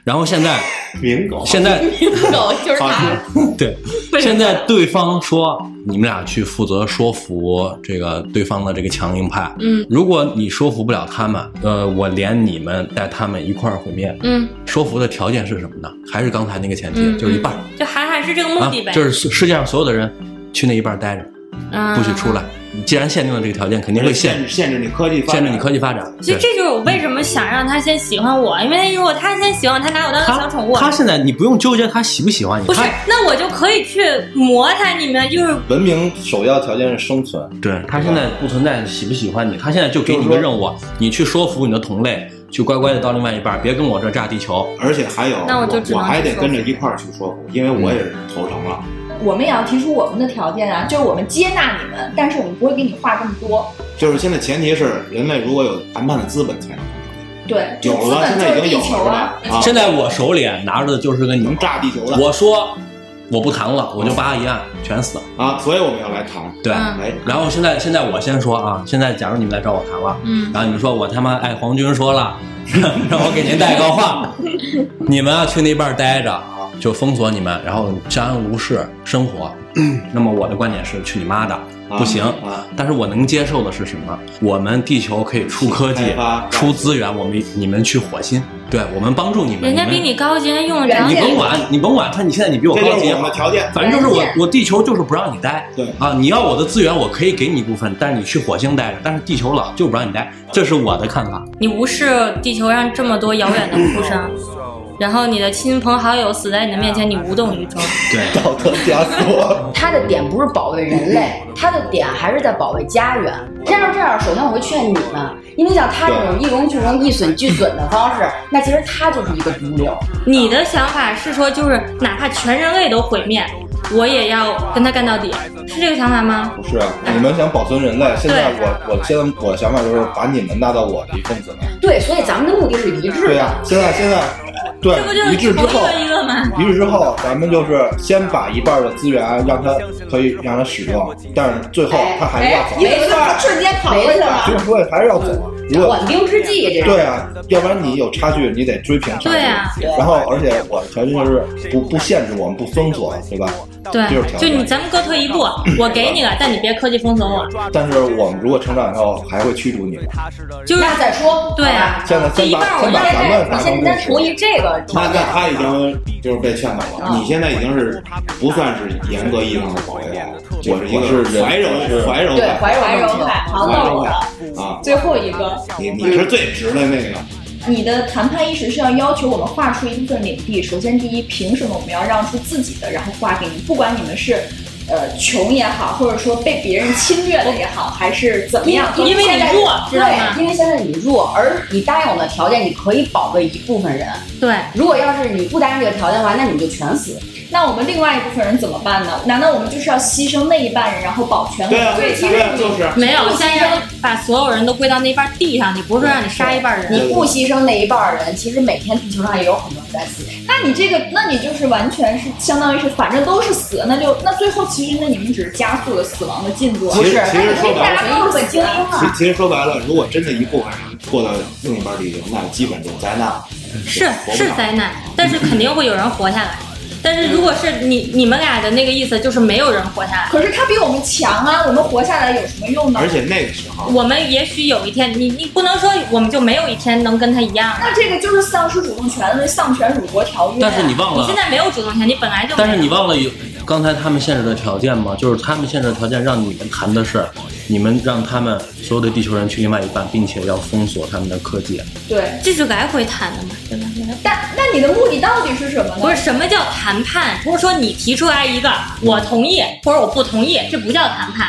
S8: 然后现在，
S6: 民狗
S8: 现在
S5: 狗就是
S6: 好
S5: 他。
S8: 对，现在对方说你们俩去负责说服这个对方的这个强硬派。
S4: 嗯，
S8: 如果你说服不了他们，呃，我连你们带他们一块儿毁灭。
S4: 嗯
S8: 说服的条件是什么呢？还是刚才那个前提，
S4: 嗯，
S8: 就是一半儿、
S4: 就韩寒是这个目
S8: 啊
S4: 的呗，，
S8: 就是世世界上所有的人去那一半儿待着，啊不许出
S4: 来。
S8: 来。既然限定了这个条件，肯定
S6: 会
S8: 会限
S6: 限制限制你科技发
S8: 限
S6: 展，
S8: 制你科技发展。
S4: 所以
S8: 对
S4: 这就是我为什么想让他先喜欢我，因为如果他先喜欢我，他拿我当个
S8: 他
S4: 小宠物，啊
S8: 他现在你不用纠结他喜不喜欢你，
S4: 不是
S8: 他，
S4: 那我就可以去磨他，你们就是
S10: 文明首要条件是生存，
S8: 对他现在不存在喜不喜欢你，他现在就给
S10: 就
S8: 你
S10: 是
S8: 个
S10: 说
S8: 任务，你去说服你的同类，去乖乖的到另外一半，别跟我这炸地球。
S6: 而且还有，
S7: 那我就只
S6: 我
S7: 能
S6: 还得
S7: 去说嗯
S6: 跟着一块儿去说服，因为我也是投诚了。
S7: 我们也要提出我们的条件啊，就是我们接纳你们，但是我们不会给你话这么多。
S6: 就是现在前提是人类如果有谈判的资本才能。
S7: 对，就
S6: 有
S7: 资
S6: 了，
S7: 本
S6: 现
S7: 就
S6: 在已经
S7: 是地
S6: 有了是
S7: 球啊
S6: 吧，？啊，
S8: 现在我手里拿着的就是个能
S6: 炸地球的
S8: 我说我不谈了，我就叭一按，全死。
S6: 啊，所以我们要来谈。
S8: 对，
S4: 嗯
S6: 哎，
S8: 然后现在现在我先说啊，现在假如你们来找我谈了，
S4: 嗯
S8: 然后你们说我他妈爱黄军说了， 让我给您带 个话，你们啊去那边儿待着，就封锁你们，然后相安无事生 活。那么我的观点是去你妈的，不行。
S6: 啊，
S8: 但是我能接受的是什么？我们地球可以出科技
S6: 开发、
S8: 出资源，我们你们去火星，对我们帮助你们。
S4: 人家
S8: 们
S4: 比你高级，人家用得着
S8: 你
S4: 你。
S8: 甭管，你甭管他，你现在你比我
S6: 这
S8: 高
S6: 就
S8: 级
S6: 是我，们的条件。
S8: 反正就是我，我地球就是不让你待。
S6: 对
S8: 啊，你要我的资源，我可以给你一部分，但是你去火星待着，但是地球老就不让你待，这是我的看法。
S4: 你无视地球上这么多遥远的 哭声，然后你的亲朋好友死在你的面前，你无动于衷。
S8: 对，
S10: 道德枷 锁。
S5: 他的点不是保卫人类，
S6: 嗯
S5: 他的点还是在保卫家园。要是这样，首先我会劝你们，因为像他这种一荣俱荣、一损俱损的方 式，那其实他就是一个毒瘤。
S4: 你的想法是说，就是哪怕全人类都毁灭，我也要跟他干到底，是这个想法吗？
S10: 不是啊，你们想保存人类，现在我我现在我的想法就是把你们纳到我的一份子内。
S5: 对，所以咱们的目的是一致
S10: 对呀、啊
S5: 的。
S10: 现在现在
S4: 这不就
S10: 对
S4: 是
S10: 一致之后
S4: 同一，个一个吗？
S10: 一致之后，咱们就是先把一半的资源让它可以让它使用，但是最后
S6: 啊
S5: 哎
S10: 它还是要走，
S4: 哎
S7: 没错，瞬间跑过去了。
S10: 就是说还是要走。如果
S5: 缓兵之计，这是
S10: 对啊，要不然你有差距，你得追平差距。
S4: 对啊
S10: 然后而且我的条件就是不不限制我们，不封锁，对吧？
S4: 对
S10: 这就是，条
S4: 就
S10: 件
S4: 你咱们各退一步，我给你了，但你别科技封锁我，
S10: 但是我们如果成长以后还会驱逐你们。
S4: 就是
S5: 那再说。
S4: 对啊。
S10: 现在
S4: 这
S10: 先
S4: 一
S10: 把
S4: 半儿我
S10: 先把
S5: 但
S4: 认
S10: 咱们拿
S5: 是
S10: 成
S5: 现在
S10: 共
S5: 同意
S10: 识。
S5: 这个条
S6: 那那
S5: 件，
S6: 他已经就是被劝走
S7: 嗯
S6: 了，你现在已经是不算是严格意义上的保卫了，我是一
S10: 我是
S6: 个
S10: 人
S6: 怀柔
S10: 是
S6: 怀柔
S5: 对
S6: 派，
S5: 怀柔
S7: 怀柔
S5: 问题
S7: 派，好，
S6: 怀
S7: 到
S6: 柔
S7: 我了。
S6: 派啊，
S7: 最后一个，
S6: 你你是最直的那个，
S7: 你的谈判意识是要要求我们划出一部分领地。首先，第一，凭什么我们要让出自己的，然后划给你？不管你们是呃穷也好，或者说被别人侵略的也好，还是怎么样，
S4: 因为
S7: 现在
S4: 你弱，知道吗？
S5: 对，因为现在你弱，而你答应我们的条件，你可以保卫一部分人。
S4: 对，
S5: 如果要是你不答应这个条件的话，那你们就全死。
S7: 那我们另外一部分人怎么办呢？难道我们就是要牺牲那一半人，然后保全我
S6: 对
S7: 们
S6: 啊，
S7: 自己？
S6: 对啊，就是
S4: 没有，先生把所有人都归到那半地上去，不是让你杀一半人。
S5: 你不牺牲那一半儿人，其实每天地球上也有很多人在死。
S7: 那你这个，那你就是完全是相当于是，反正都是死，那就那最后其实那你们只是加速了死亡的进度啊。
S6: 其实其实说白
S7: 大
S6: 了，
S7: 家都是精英啊
S6: 其。其实说白了，如果真的一部分人过到另一半地球，那基本就灾难了，
S4: 是
S6: 活不
S4: 是
S6: 了
S4: 灾难，但是肯定会有人活下来。但是如果是你你们俩的那个意思，就是没有人活下来。
S7: 可是他比我们强啊，我们活下来有什么用呢？
S6: 而且那个时候。
S4: 我们也许有一天，你你不能说我们就没有一天能跟他一样。
S7: 那这个就是丧失主动权的《丧权辱国条约》
S8: 但
S7: 啊。
S8: 是你忘
S4: 你
S8: 了
S4: 现，在没有主动权，你本来就没有
S8: 但是你忘了有刚才他们限制的条件吗？就是他们限制的条件让你们谈的是，你们让他们所有的地球人去另外一半，并且要封锁他们的科技。
S7: 对，
S4: 这是来回谈的嘛，对吧？
S7: 但那你的目的到底是什么呢？
S4: 不是什么叫谈判，不是说你提出来一个我同意或者我不同意，这不叫谈判。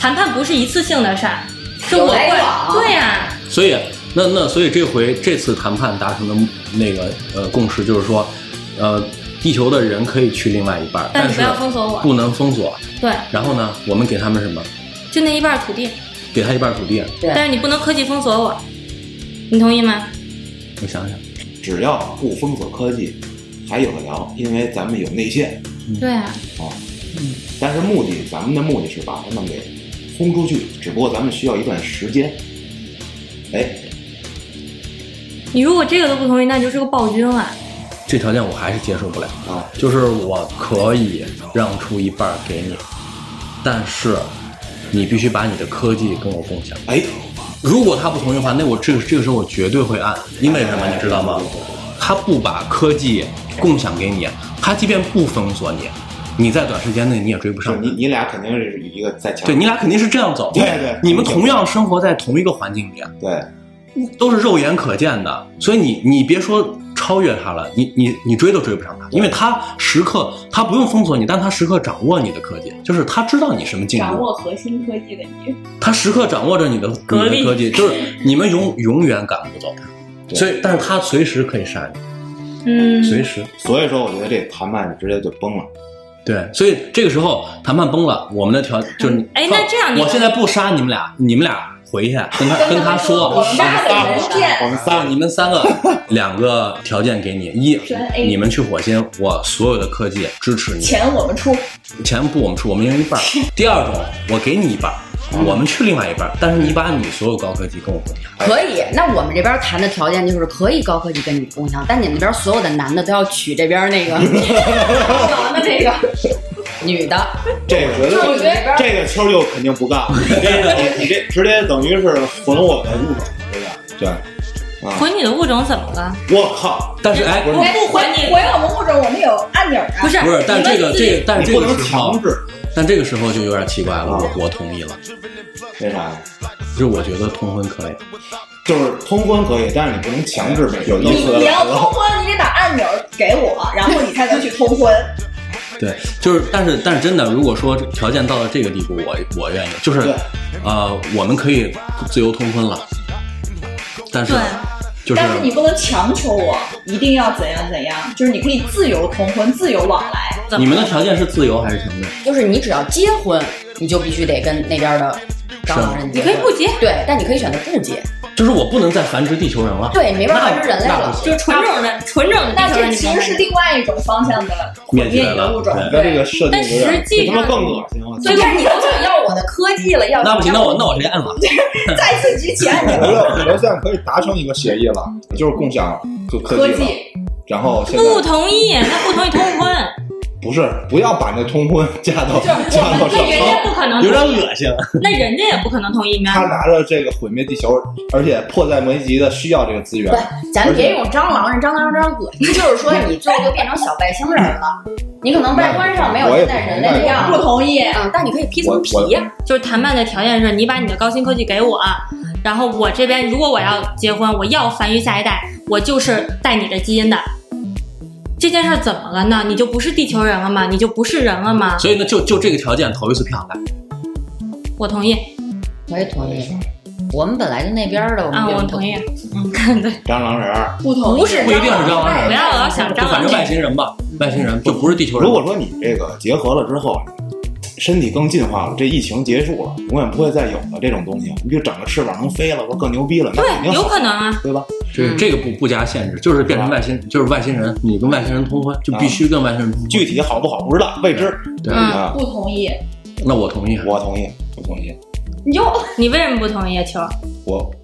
S4: 谈判不是一次性的事儿，是我
S5: 有来有
S4: 会
S5: 往
S4: 对呀、
S8: 所以，那那所以这回这次谈判达成的那个呃共识就是说，呃，地球的人可以去另外一半，
S4: 但
S8: 但
S4: 你
S8: 是
S4: 不要封锁我
S8: 不能封锁。
S4: 对，
S8: 然后呢，我们给他们什么？
S4: 就那一半土地，
S8: 给他一半土地。啊
S5: 对
S4: 但是你不能科技封锁我，你同意吗？
S8: 我想想，
S6: 只要不封锁科技，还有的聊，因为咱们有内线。
S4: 对啊，
S6: 但是目的，咱们的目的是把他们给轰出去，只不过咱们需要一段时间。哎，
S4: 你如果这个都不同意，那你就是个暴君了。
S8: 这条件我还是接受不了。
S6: 啊，
S8: 就是我可以让出一半给你，但是你必须把你的科技跟我共享。
S6: 哎，
S8: 如果他不同意的话，那我这个这个时候我绝对会按，因为什么你知道吗？他不把科技共享给你，他即便不封锁你，你在短时间内你也追不
S6: 就是
S8: 上
S6: 你。你俩肯定是一个在强
S8: 对你俩肯定是这样走，
S6: 对对
S8: 你们同样生活在同一个环境里，啊
S6: 对
S8: 都是肉眼可见的，所以你你别说超越他了，你你你追都追不上他，因为他时刻他不用封锁你，但他时刻掌握你的科技，就是他知道你什么进
S7: 掌
S8: 度，
S7: 握核心科技的你，
S8: 他时刻掌握着你的
S4: 格力
S8: 你的科技，就是你们永永远赶不走他。
S6: 对
S8: 所以，但是他随时可以杀你，
S4: 嗯，
S8: 随时。
S6: 所以说，我觉得这谈判直接就崩了。
S8: 对，所以这个时候谈判崩了，我们的条就是你，
S4: 哎那这样你
S8: 我现在不杀你们俩，你们俩回去跟他跟他说，
S7: 我们八个人见，
S8: 我们仨，你们三个，两个条件给你：一
S7: 全 A，
S8: 你们去火星，我所有的科技支持你，
S7: 钱我们出，
S8: 钱不我们出，我们一人一半儿。第二种，我给你一半儿，我们去另外一半儿，但是你把你所有高科技跟我共享。
S5: 可以，那我们这边谈的条件就是可以高科技跟你共享，但你们那边所有的男的都要娶这边 那个男的这个女的，
S6: 这个
S5: 就你那边
S6: 这个秋儿就肯定不干了， 你这你这直接等于是混我的物种，对吧？对，啊，
S4: 混你的物种怎么了？
S6: 我靠，
S8: 但是哎，
S7: 哎
S4: 不还你
S7: 回我们或者我们有按钮啊，
S4: 不是
S8: 不是，但这个这个，但
S6: 你
S8: 是
S6: 不
S8: 这个
S6: 能
S8: 时候
S6: 强，制，
S8: 但这个时候就有点奇怪了，我我同意了，
S6: 为啥呀？
S8: 就是我觉得通婚可以，
S6: 就是通婚可以，但是你不能强制这个。有
S7: 你你要通婚，你得把按钮给我，然后你才能去通婚。
S8: 对，就是但是但是真的，如果说条件到了这个地步，我我愿意，就是
S6: 对
S8: 呃，我们可以自由通婚了，但是
S4: 对
S8: 就是
S7: 但是你不能强求我一定要怎样怎样，就是你可以自由通婚、自由往来。
S8: 你们的条件是自由还是强制？
S5: 就是你只要结婚，你就必须得跟那边的
S8: 啊
S5: 张老人结
S4: 你
S5: 婚。
S4: 可以不结，
S5: 对，但你可以选择不结。
S8: 就是我不能再繁殖地球人了。
S5: 对，没办法，
S8: 那
S5: 是人类
S8: 那
S5: 了
S8: 不。行
S4: 就是纯种的纯种的地
S7: 那
S4: 球人，
S7: 这
S4: 你
S7: 其实是另外一种方向的毁
S8: 灭
S7: 灭
S8: 绝
S7: 你的
S8: 了
S7: 物种。
S8: 对
S10: 那这个设定有
S4: 但
S10: 点
S4: 实际
S6: 这他妈
S4: 上
S6: 更恶心！我操
S5: 所以但是你都想要我的科技了，要
S8: 那不行，那我那我直接 摁了。
S7: 在此之前，
S10: 我觉得 我觉得现在可以达成一个协议了，就是共享就科
S7: 科
S10: 技了。
S7: 技
S10: 然后现在
S4: 不同意，那不同意通 婚，
S10: 不是不要把那通婚加 到加到
S4: 那
S10: 上
S4: 人
S10: 头，
S4: 家不可能
S8: 有
S4: 同
S8: 点
S4: 意，
S8: 恶心。
S4: 那人家也不可能同意，明白
S10: 他
S4: 吗？
S10: 拿着这个毁灭地球，而且迫在眉睫的需要这个资源
S5: 不。，咱别用蟑螂，这蟑螂有点恶心。就是说，你最后就变成小外星人了，你可能外观上没有
S10: 我
S5: 现
S10: 也不
S5: 在人类的样
S7: 不
S5: 子，
S7: 同意，
S5: 嗯，但你可以披层皮
S10: 我
S5: 呀。
S4: 就是谈判的条件是你把你的高新科技给我，然后我这边如果我要结婚，我要繁育下一代，我就是带你的基因的。这件事儿怎么了呢？你就不是地球人了吗？你就不是人了吗？
S8: 所以呢，就就这个条件投一次票来。
S4: 我同意
S5: 我也同意。我们本来就那边的，我们
S4: 啊，
S5: 就
S4: 我
S5: 不
S4: 同意。。嗯，对，
S6: 蟑螂人儿，
S7: 不同意，
S5: 不是
S8: 不一定是蟑螂人
S4: 不要老想
S8: 就
S4: 蟑
S8: 反
S4: 螂
S8: 正外
S4: 这。
S8: 星人吧，外星人就不是地球人。
S6: 如果说你这个结合了之后，身体更进化了，这疫情结束了，永远不会再有了这种东西，你就长个翅膀能飞了，我更牛逼了，那肯定
S4: 对，有
S6: 好
S4: 可能啊。
S6: 对吧？
S7: 嗯
S8: 就是这个不不加限制，就是变成外星，就是外星人，你跟外星人通婚，就必须跟外星人通婚。
S7: 啊
S6: 具体好不好不知道，未知
S8: 对，
S4: 嗯
S6: 啊。
S7: 不同意，
S8: 那我同意。啊
S6: 我同意，我同意，
S7: 你就
S4: 你为什么不同意啊，球儿？
S6: 我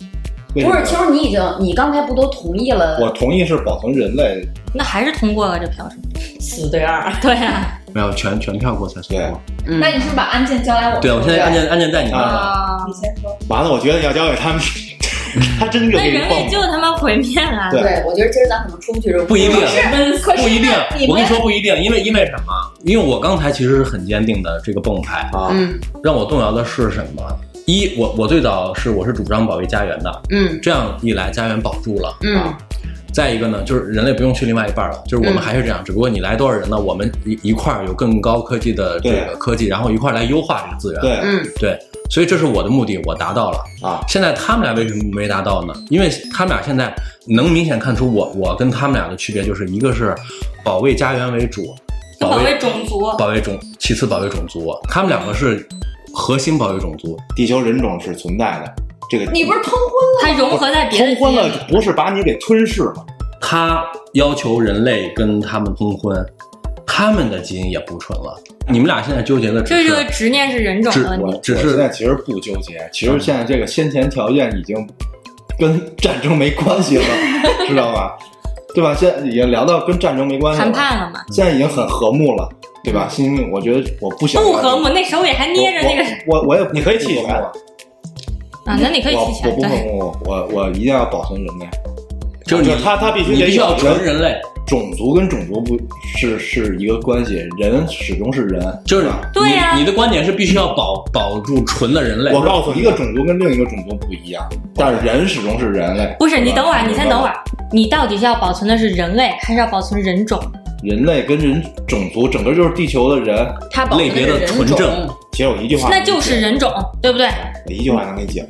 S6: 为什
S5: 不是，
S6: 么
S5: 其实你已经，你刚才不都同意了？
S10: 我同意是保存人类，
S4: 那还是通过了这票是吗？
S5: 死对二，
S4: 对啊，
S8: 没有全全票过才算
S6: 对。
S5: 嗯
S7: 那你是不是把案件交来我？
S8: 对，我现在按键按键在你那儿了。
S4: 啊，
S7: 你先说，
S6: 完了，我觉得要交给他们， 他真就
S4: 那
S6: 给你
S4: 人类
S6: 蹦
S4: 就
S6: 了。
S4: 他妈毁灭了。
S6: 对
S5: 对，我觉得今儿咱可能出不去这屋
S8: 不一定，
S7: 可是
S8: 不一定
S7: 那你。
S8: 我跟
S7: 们
S8: 你说不一定，因为因为什么？因为我刚才其实是很坚定的这个蹦牌，
S6: 啊，
S5: 嗯
S8: 让我动摇的是什么？一，我我最早是我是主张保卫家园的，
S5: 嗯
S8: 这样一来家园保住了，
S5: 嗯
S8: 再一个呢，就是人类不用去另外一半了，就是我
S5: 嗯
S8: 们还是这样，只不过你来多少人呢？我们一一块儿有更高科技的这个
S6: 对
S8: 科技，然后一块儿来优化这个资源。
S6: 对
S5: 嗯
S8: 对所以这是我的目的，我达到了。
S6: 啊，
S8: 现在他们俩为什么没达到呢？因为他们俩现在能明显看出我我跟他们俩的区别，就是一个是保卫家园为主，
S4: 就保
S8: 卫
S4: 卫种族。
S8: 保卫种，其次保卫种族，他们两个是核心保卫种族。
S6: 地球人种是存在的，这个
S7: 你不是通婚
S4: 它融合在别的
S6: 通婚
S4: 基因
S6: 了，不是把你给吞噬了，
S8: 他要求人类跟他们通婚，他们的基因也不纯了。你们俩现在纠结的只
S4: 这
S8: 是
S4: 是个执念是人种
S8: 只
S4: 的问
S10: 我
S4: 题。
S8: 只
S10: 我
S8: 是
S10: 现在其实不纠结，其实现在这个先前条件已经跟战争没关系了， 知道吧？对吧？现在已经聊到跟战争没关系
S4: 谈
S10: 了，
S4: 判了嘛？
S10: 现在已经很和睦了，对吧？心里我觉得我不想
S4: 嗯不
S10: 要
S4: 和
S10: 这
S4: 睦，
S10: 个，
S4: 那手里还捏着那个
S10: 我我我也不
S6: 你可以弃
S10: 不和睦
S6: 权
S10: 了
S4: 啊，那你可以
S10: 我
S4: 弃
S10: 我
S4: 权，
S10: 不和
S4: 对，
S10: 睦，我我一定要保存人类。
S8: 就是
S6: 就
S8: 你
S6: 是他他必须
S8: 你
S6: 得
S8: 必须要
S6: 有
S8: 纯
S6: 人
S8: 人类，
S10: 种族跟种族不是是一个关系，人始终是人，
S8: 就是
S10: 吧
S4: 对呀
S8: 你你的观点是必须要保保住纯的人类。
S6: 我告诉你
S10: 一个种族跟另一个种族不一样，但是人始终是人类。
S4: 不是你等会儿，
S10: 吧
S4: 你先等会。儿，你到底是要保存的是人类，还是要保存人种？
S10: 人类跟人种族，整个就是地球的人，
S5: 他保护
S8: 类别的
S5: 人种
S8: 纯正
S6: 其实我一句话，
S4: 那就是人种，对不对？
S6: 我一句话能给你解释。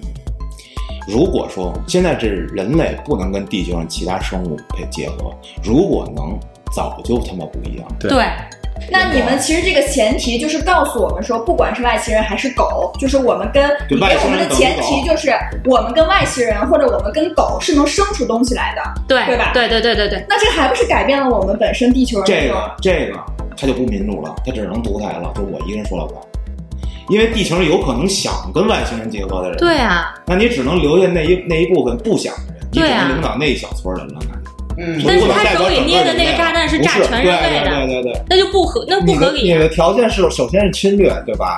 S6: 如果说现在这人类不能跟地球上其他生物配结合，如果能，早就他妈不一样了。
S4: 对，
S5: 那你们其实这个前提就是告诉我们说，不管是外星人还是狗，就是我们跟你
S6: 对
S5: 给
S6: 外
S5: 我
S6: 星
S5: 们
S6: 人
S5: 的前提就是，我们跟外星人或者我们跟狗是能生出东西来的。
S4: 对
S5: 对吧
S4: 对对对对对，
S5: 那这个还不是改变了我们本身地球人的
S6: 这
S5: 种
S6: 个这个他就不民主了，他只能独裁了，就我一个人说了算。因为地球上有可能想跟外星人结合的人，
S4: 对啊，
S6: 那你只能留下那一那一部分不想的人，你只
S4: 对啊
S6: 能领导那一小撮人了。
S11: 嗯
S6: 那
S4: 但
S6: 你
S4: 是
S6: 不能
S4: 他
S6: 代表
S4: 手里
S6: 整
S4: 捏的
S6: 人
S4: 那个
S6: 类
S4: 炸弹是
S6: 不
S4: 炸全人类的
S6: 对对对对对。
S4: 那就不合，那不
S10: 你
S4: 合
S10: 的
S4: 理
S10: 你
S4: 啊。
S10: 的条件是首先是侵略，对吧？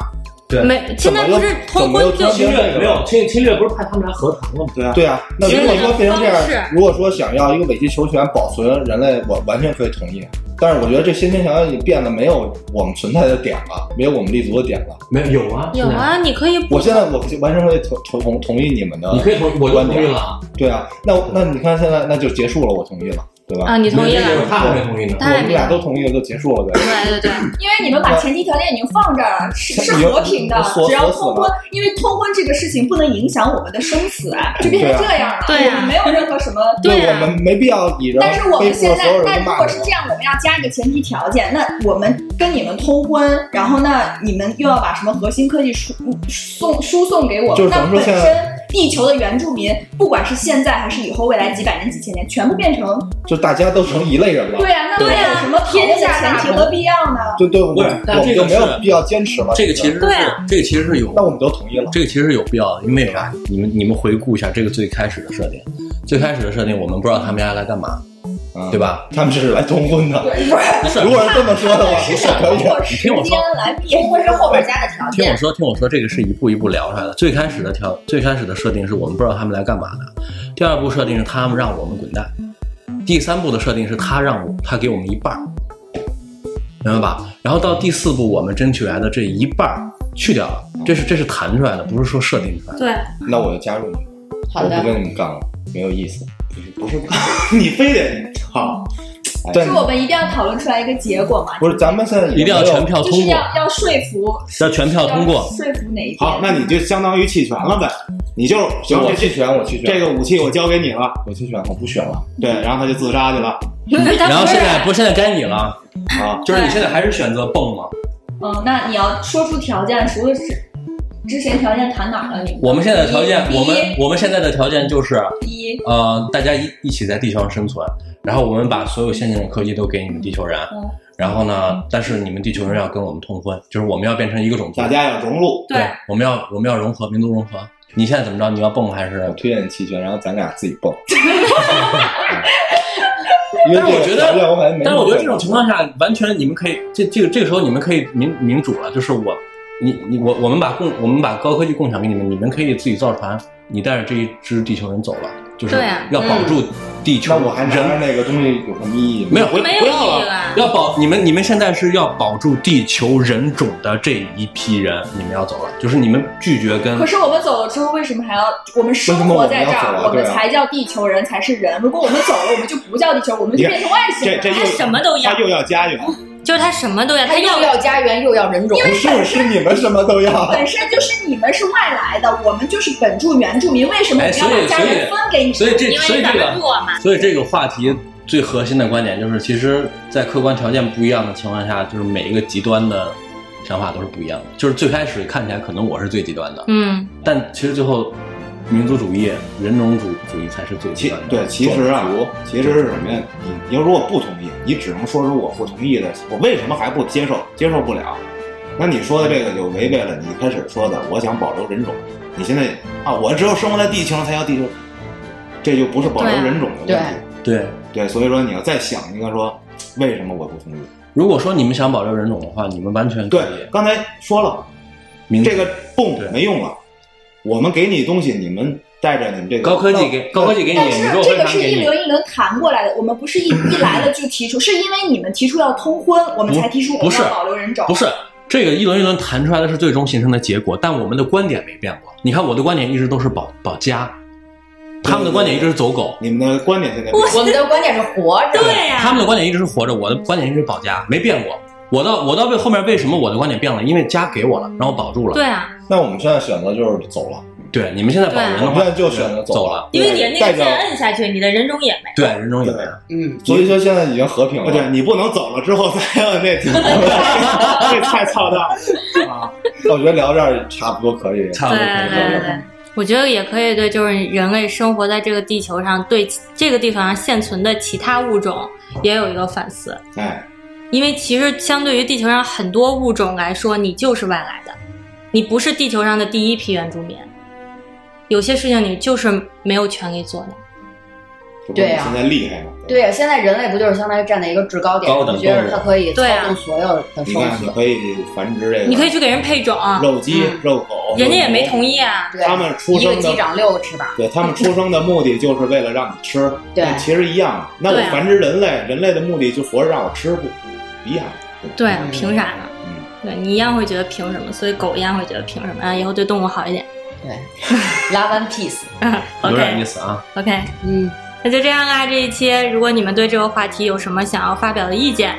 S12: 对
S4: 没，现
S10: 怎么
S4: 在
S10: 又
S4: 不是
S10: 怎
S4: 通
S10: 么又
S4: 婚罪
S10: 挑
S12: 侵
S10: 选
S12: 略没有侵侵略不是派他们来和谈了吗？
S6: 对啊，
S10: 对啊，那如果说变成这
S4: 行为的方
S10: 样，如果说想要一个委曲求全保存人类，我完全可以同意。但是我觉得这先天条件已经变得没有我们存在的点了，没有我们立足的点了。
S12: 没有有啊，
S4: 有
S12: 现在，
S4: 啊，你可以不
S10: 我现在我完全可以同同同意你们的，
S12: 你可以同我就
S10: 观
S12: 同意
S10: 点
S12: 了啊，
S10: 对啊，那那你看现在那就结束了，我同意了，对吧？
S4: 啊，你同
S12: 没
S4: 意
S12: 有
S4: 了，
S12: 他还没同意呢。
S4: 他
S10: 我
S4: 也
S10: 们
S4: 没
S10: 俩都同意了，就结束了呗。
S4: 对对对，
S5: 因为你们把前提条件已经放这儿了，是是
S10: 你
S5: 和平的
S10: 你锁，
S5: 只要
S10: 锁死
S5: 通婚，因为通婚这个事情不能影响我们的生死啊，就变成这样了，
S4: 对啊
S5: 我 们没有任何什么。
S4: 对
S10: 那
S4: 啊
S10: 我们没必要以人
S5: 但是我
S10: 背
S5: 们
S10: 负了
S5: 现
S10: 所有
S5: 在，那
S10: 人的
S5: 如
S10: 骂
S5: 果是
S10: 名
S5: 这。样，我们要加一个前提条件，那我们跟你们通婚，然后呢，你们又要把什么核心科技输送输送给我
S10: 就
S5: 们？
S10: 是
S5: 那
S10: 咱们说
S5: 本
S10: 现在
S5: 身地球的原住民，不管是现在还是以后，未来几百年、几千年，全部变成
S10: 就大家都成一类人了。
S5: 对啊，那
S4: 对
S5: 还
S4: 啊
S5: 有什么
S11: 天下
S5: 前
S11: 大
S5: 提
S11: 同
S5: 的必要呢？
S10: 对对，我
S8: 不是
S10: 们
S8: 但
S10: 我们
S8: 这
S10: 就
S8: 个
S10: 没有
S8: 是
S10: 必要坚持了。
S8: 这个其实是
S4: 对啊
S8: 这个其实是有
S10: 那我们都同意了。
S8: 这个其实是有必要的，因为啥？你们你们回顾一下这个最开始的设定，最开始的设定我们不知道他们家来干嘛，
S10: 嗯
S8: 对吧？
S10: 他们这是来通婚的。
S8: 不是，
S10: 如果是这么说的话，不是 可以。啊
S5: 过
S8: 你
S5: 时
S8: 听我说
S5: 间来变， 或者是后边加的条
S8: 听我说，听我说，这个是一步一步聊出来的。最开始的条，最开始的设定是我们不知道他们来干嘛的。第二步设定是他们让我们滚蛋。第三步的设定是他让我，他给我们一半儿，明白吧？然后到第四步，我们争取来的这一半儿去掉了，这是这是弹出来的，不是说设定出来的。
S4: 对，
S10: 那我就加入你们，
S11: 好
S10: 我不
S11: 的，
S10: 跟你们干了，没有意思。
S6: 不是，你非得好，
S10: 但
S5: 是我们一定要讨论出来一个结果嘛，
S10: 不是咱们现在
S8: 一定要全票
S5: 就
S8: 通
S5: 是
S8: 过，
S5: 要要说服，
S8: 要全票通过
S5: 要说服哪一边？
S6: 好，那你就相当于弃权了呗，你就行，
S10: 我
S6: 这
S10: 弃权，我弃权，
S6: 这个武器我交给你了，
S10: 我弃权，我不选了。
S6: 对，然后他就自杀去了
S4: 他
S8: 然后
S4: 不是
S8: 现在不，现在该你了，
S6: 啊，
S8: 就是你现在还是选择蹦吗？
S5: 嗯，那你要说出条件，除了是之前条件谈哪儿了？你
S8: 我们现在的条件，
S5: 第一
S8: 我们我们现在的条件就是，
S5: 一
S8: 呃，大家一一起在地球上生存，然后我们把所有先进的科技都给你们地球人，
S5: 嗯
S8: 然后呢，但是你们地球人要跟我们通婚，就是我们要变成一个种族
S6: 大，家要融入，
S8: 对
S4: 对，
S8: 我们要我们要融合，民族融合。你现在怎么着？你要蹦还
S10: 我
S8: 是？
S10: 呃推荐你弃权，然后咱俩自己蹦。 因为
S8: 但是我觉得
S10: 这个条件我感觉没那么
S8: 但是我觉得这种情况下，完全你们可以，这这个这个时候你们可以民民主了，就是我，你你我我们把共我们把高科技共享给你们，你们可以自己造船，你带着这一支地球人走了，就是
S4: 对啊
S8: 要保住地球
S10: 那
S8: 人。
S10: 我还拿着那个东西有什么意义吗？
S8: 没有，不
S4: 没有
S8: 不要
S4: 意义
S8: 了
S4: 了，
S8: 要保你们，你们现在是要保住地球人种的这一批人，你们要走了，就是你们拒绝跟
S5: 可是我们走了之后，为什么还要我们生活在这
S10: 为什么我们要走
S5: 儿？
S10: 啊
S5: 我们
S10: 对啊
S5: 才叫地球人，才是人。如果我们走了，我们就不叫地球，我们就变成外星
S6: 这
S5: 人。
S6: 这又
S4: 他什么都要
S6: 他又要家园，
S4: 就是他什么都要，
S11: 他
S4: 他
S11: 又
S4: 要
S11: 要家园又要人种，
S10: 不是，是你们什么 都要。
S5: 本身就是你们是外来的，我们就是本住原住民，为什么我
S8: 哎
S5: 们要
S8: 所以
S5: 把家
S8: 所以
S5: 园分给你？
S8: 所以这
S4: 因
S8: 所
S4: 为
S8: 以
S4: 咱
S8: 这
S4: 们
S8: 个
S4: 弱嘛，
S8: 所以这个话题最核心的观点就是，其实，在客观条件不一样的情况下，就是每一个极端的想法都是不一样的。就是最开始看起来可能我是最极端的，
S4: 嗯，
S8: 但其实最后民族主义、人种主主义才是最
S6: 其
S8: 极端的。
S6: 对，其实啊，其实是什么呀？你你要如果不同意，你只能说出我不同意的，我为什么还不接受，接受不了。那你说的这个就违背了你一开始说的，我想保留人种。你现在啊，我只有生活在地球上才叫地球，这就不是保留
S4: 对
S6: 人种的问题。
S8: 对。
S6: 对，所以说你要再想一个说，为什么我不同意？
S8: 如果说你们想保留人种的话，你们完全可
S6: 对
S8: 以，
S6: 刚才说了，
S8: 民
S6: 这个泵
S8: 对
S6: 没用了，我们给你东西，你们带着你们这个
S8: 高科技给高科技给你，
S5: 但
S8: 你
S5: 是
S8: 给我
S5: 这
S8: 分
S5: 个
S8: 享
S5: 是
S8: 给
S5: 一
S8: 你。
S5: 轮一轮谈过来的，我们不是一一来了就提出，是因为你们提出要通婚，我们才提出我
S8: 不
S5: 们
S8: 是
S5: 要保留人种。
S8: 不是这个一轮一轮谈出来的是最终形成的结果，但我们的观点没变过。你看我的观点一直都是保保家，他们的观点一直是走狗，
S6: 你们的观点现在不
S11: 我们的观点是活着，
S4: 对啊
S8: 他
S4: 呀，嗯
S8: 们的观点一直是活着，我的观点一直是保家，没变过。我到我到为后面为什么我的观点变了？因为家给我了，让我保住了。
S4: 对啊，
S10: 那我们现在选择就是走了，
S8: 对，你们现在保人的话，
S10: 那就选择
S8: 走
S10: 走
S8: 了。
S4: 因为你那
S10: 代
S4: 个
S10: 表
S4: 键摁下去，你的人中也没。
S8: 对，人中也没有。
S5: 嗯，
S10: 所以说现在已经和
S8: 哦
S10: 平了。
S6: 对，你不能走了之后再摁那停，这太操蛋了。
S10: 我觉得聊这儿差不多可以。
S8: 差不
S4: 对
S8: 多可以
S4: 对对
S8: 了。
S4: 对，我觉得也可以对，就是人类生活在这个地球上，对这个地方上现存的其他物种也有一个反思。
S6: 哎，
S4: 因为其实相对于地球上很多物种来说，你就是外来的，你不是地球上的第一批原住民，有些事情你就是没有权利做的。
S6: 这不是
S5: 对
S6: 你
S5: 啊
S6: 现在厉害吗？
S5: 对啊呀，现在人类不就是相当于站在一个制高点，
S8: 高等
S5: 上，觉
S8: 动
S5: 得
S8: 物
S5: 他可以操
S4: 对啊
S5: 纵所有的
S6: 你
S5: 生
S6: 看，你
S5: 死，
S6: 可以繁殖这个，
S4: 你可以去给人配种，
S6: 肉鸡、肉狗，
S4: 人家也没
S6: 肉牛
S4: 同意啊。
S5: 嗯对，
S6: 他们出
S5: 一个
S6: 生
S5: 鸡
S6: 的，
S5: 长六个翅膀，
S6: 对他们出生的目的就是为了让你吃，
S5: 对
S6: 那其实一样。那
S4: 对啊
S6: 我繁殖人类，人类的目的就活着让我吃，不一样？
S4: 对
S6: 吧，
S4: 凭啥呢？
S6: 嗯
S4: 对你一样会觉得凭什么，所以狗一样会觉得凭什么啊？以后对动物好一点。
S5: 对，Love and Peace，
S8: 有点意
S4: OK
S8: 思啊。
S4: OK，
S5: 嗯，
S4: 那就这样啊啦、这一期如果你们对这个话题有什么想要发表的意见，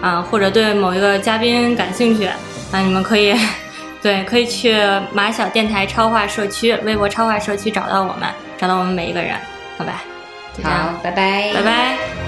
S4: 啊、或者对某一个嘉宾感兴趣，啊、你们可以， 对，可以去马小电台超话社区、微博超话社区找到我们，找到我们每一个人，好吧？就这样，
S5: 好，拜拜，
S4: 拜拜。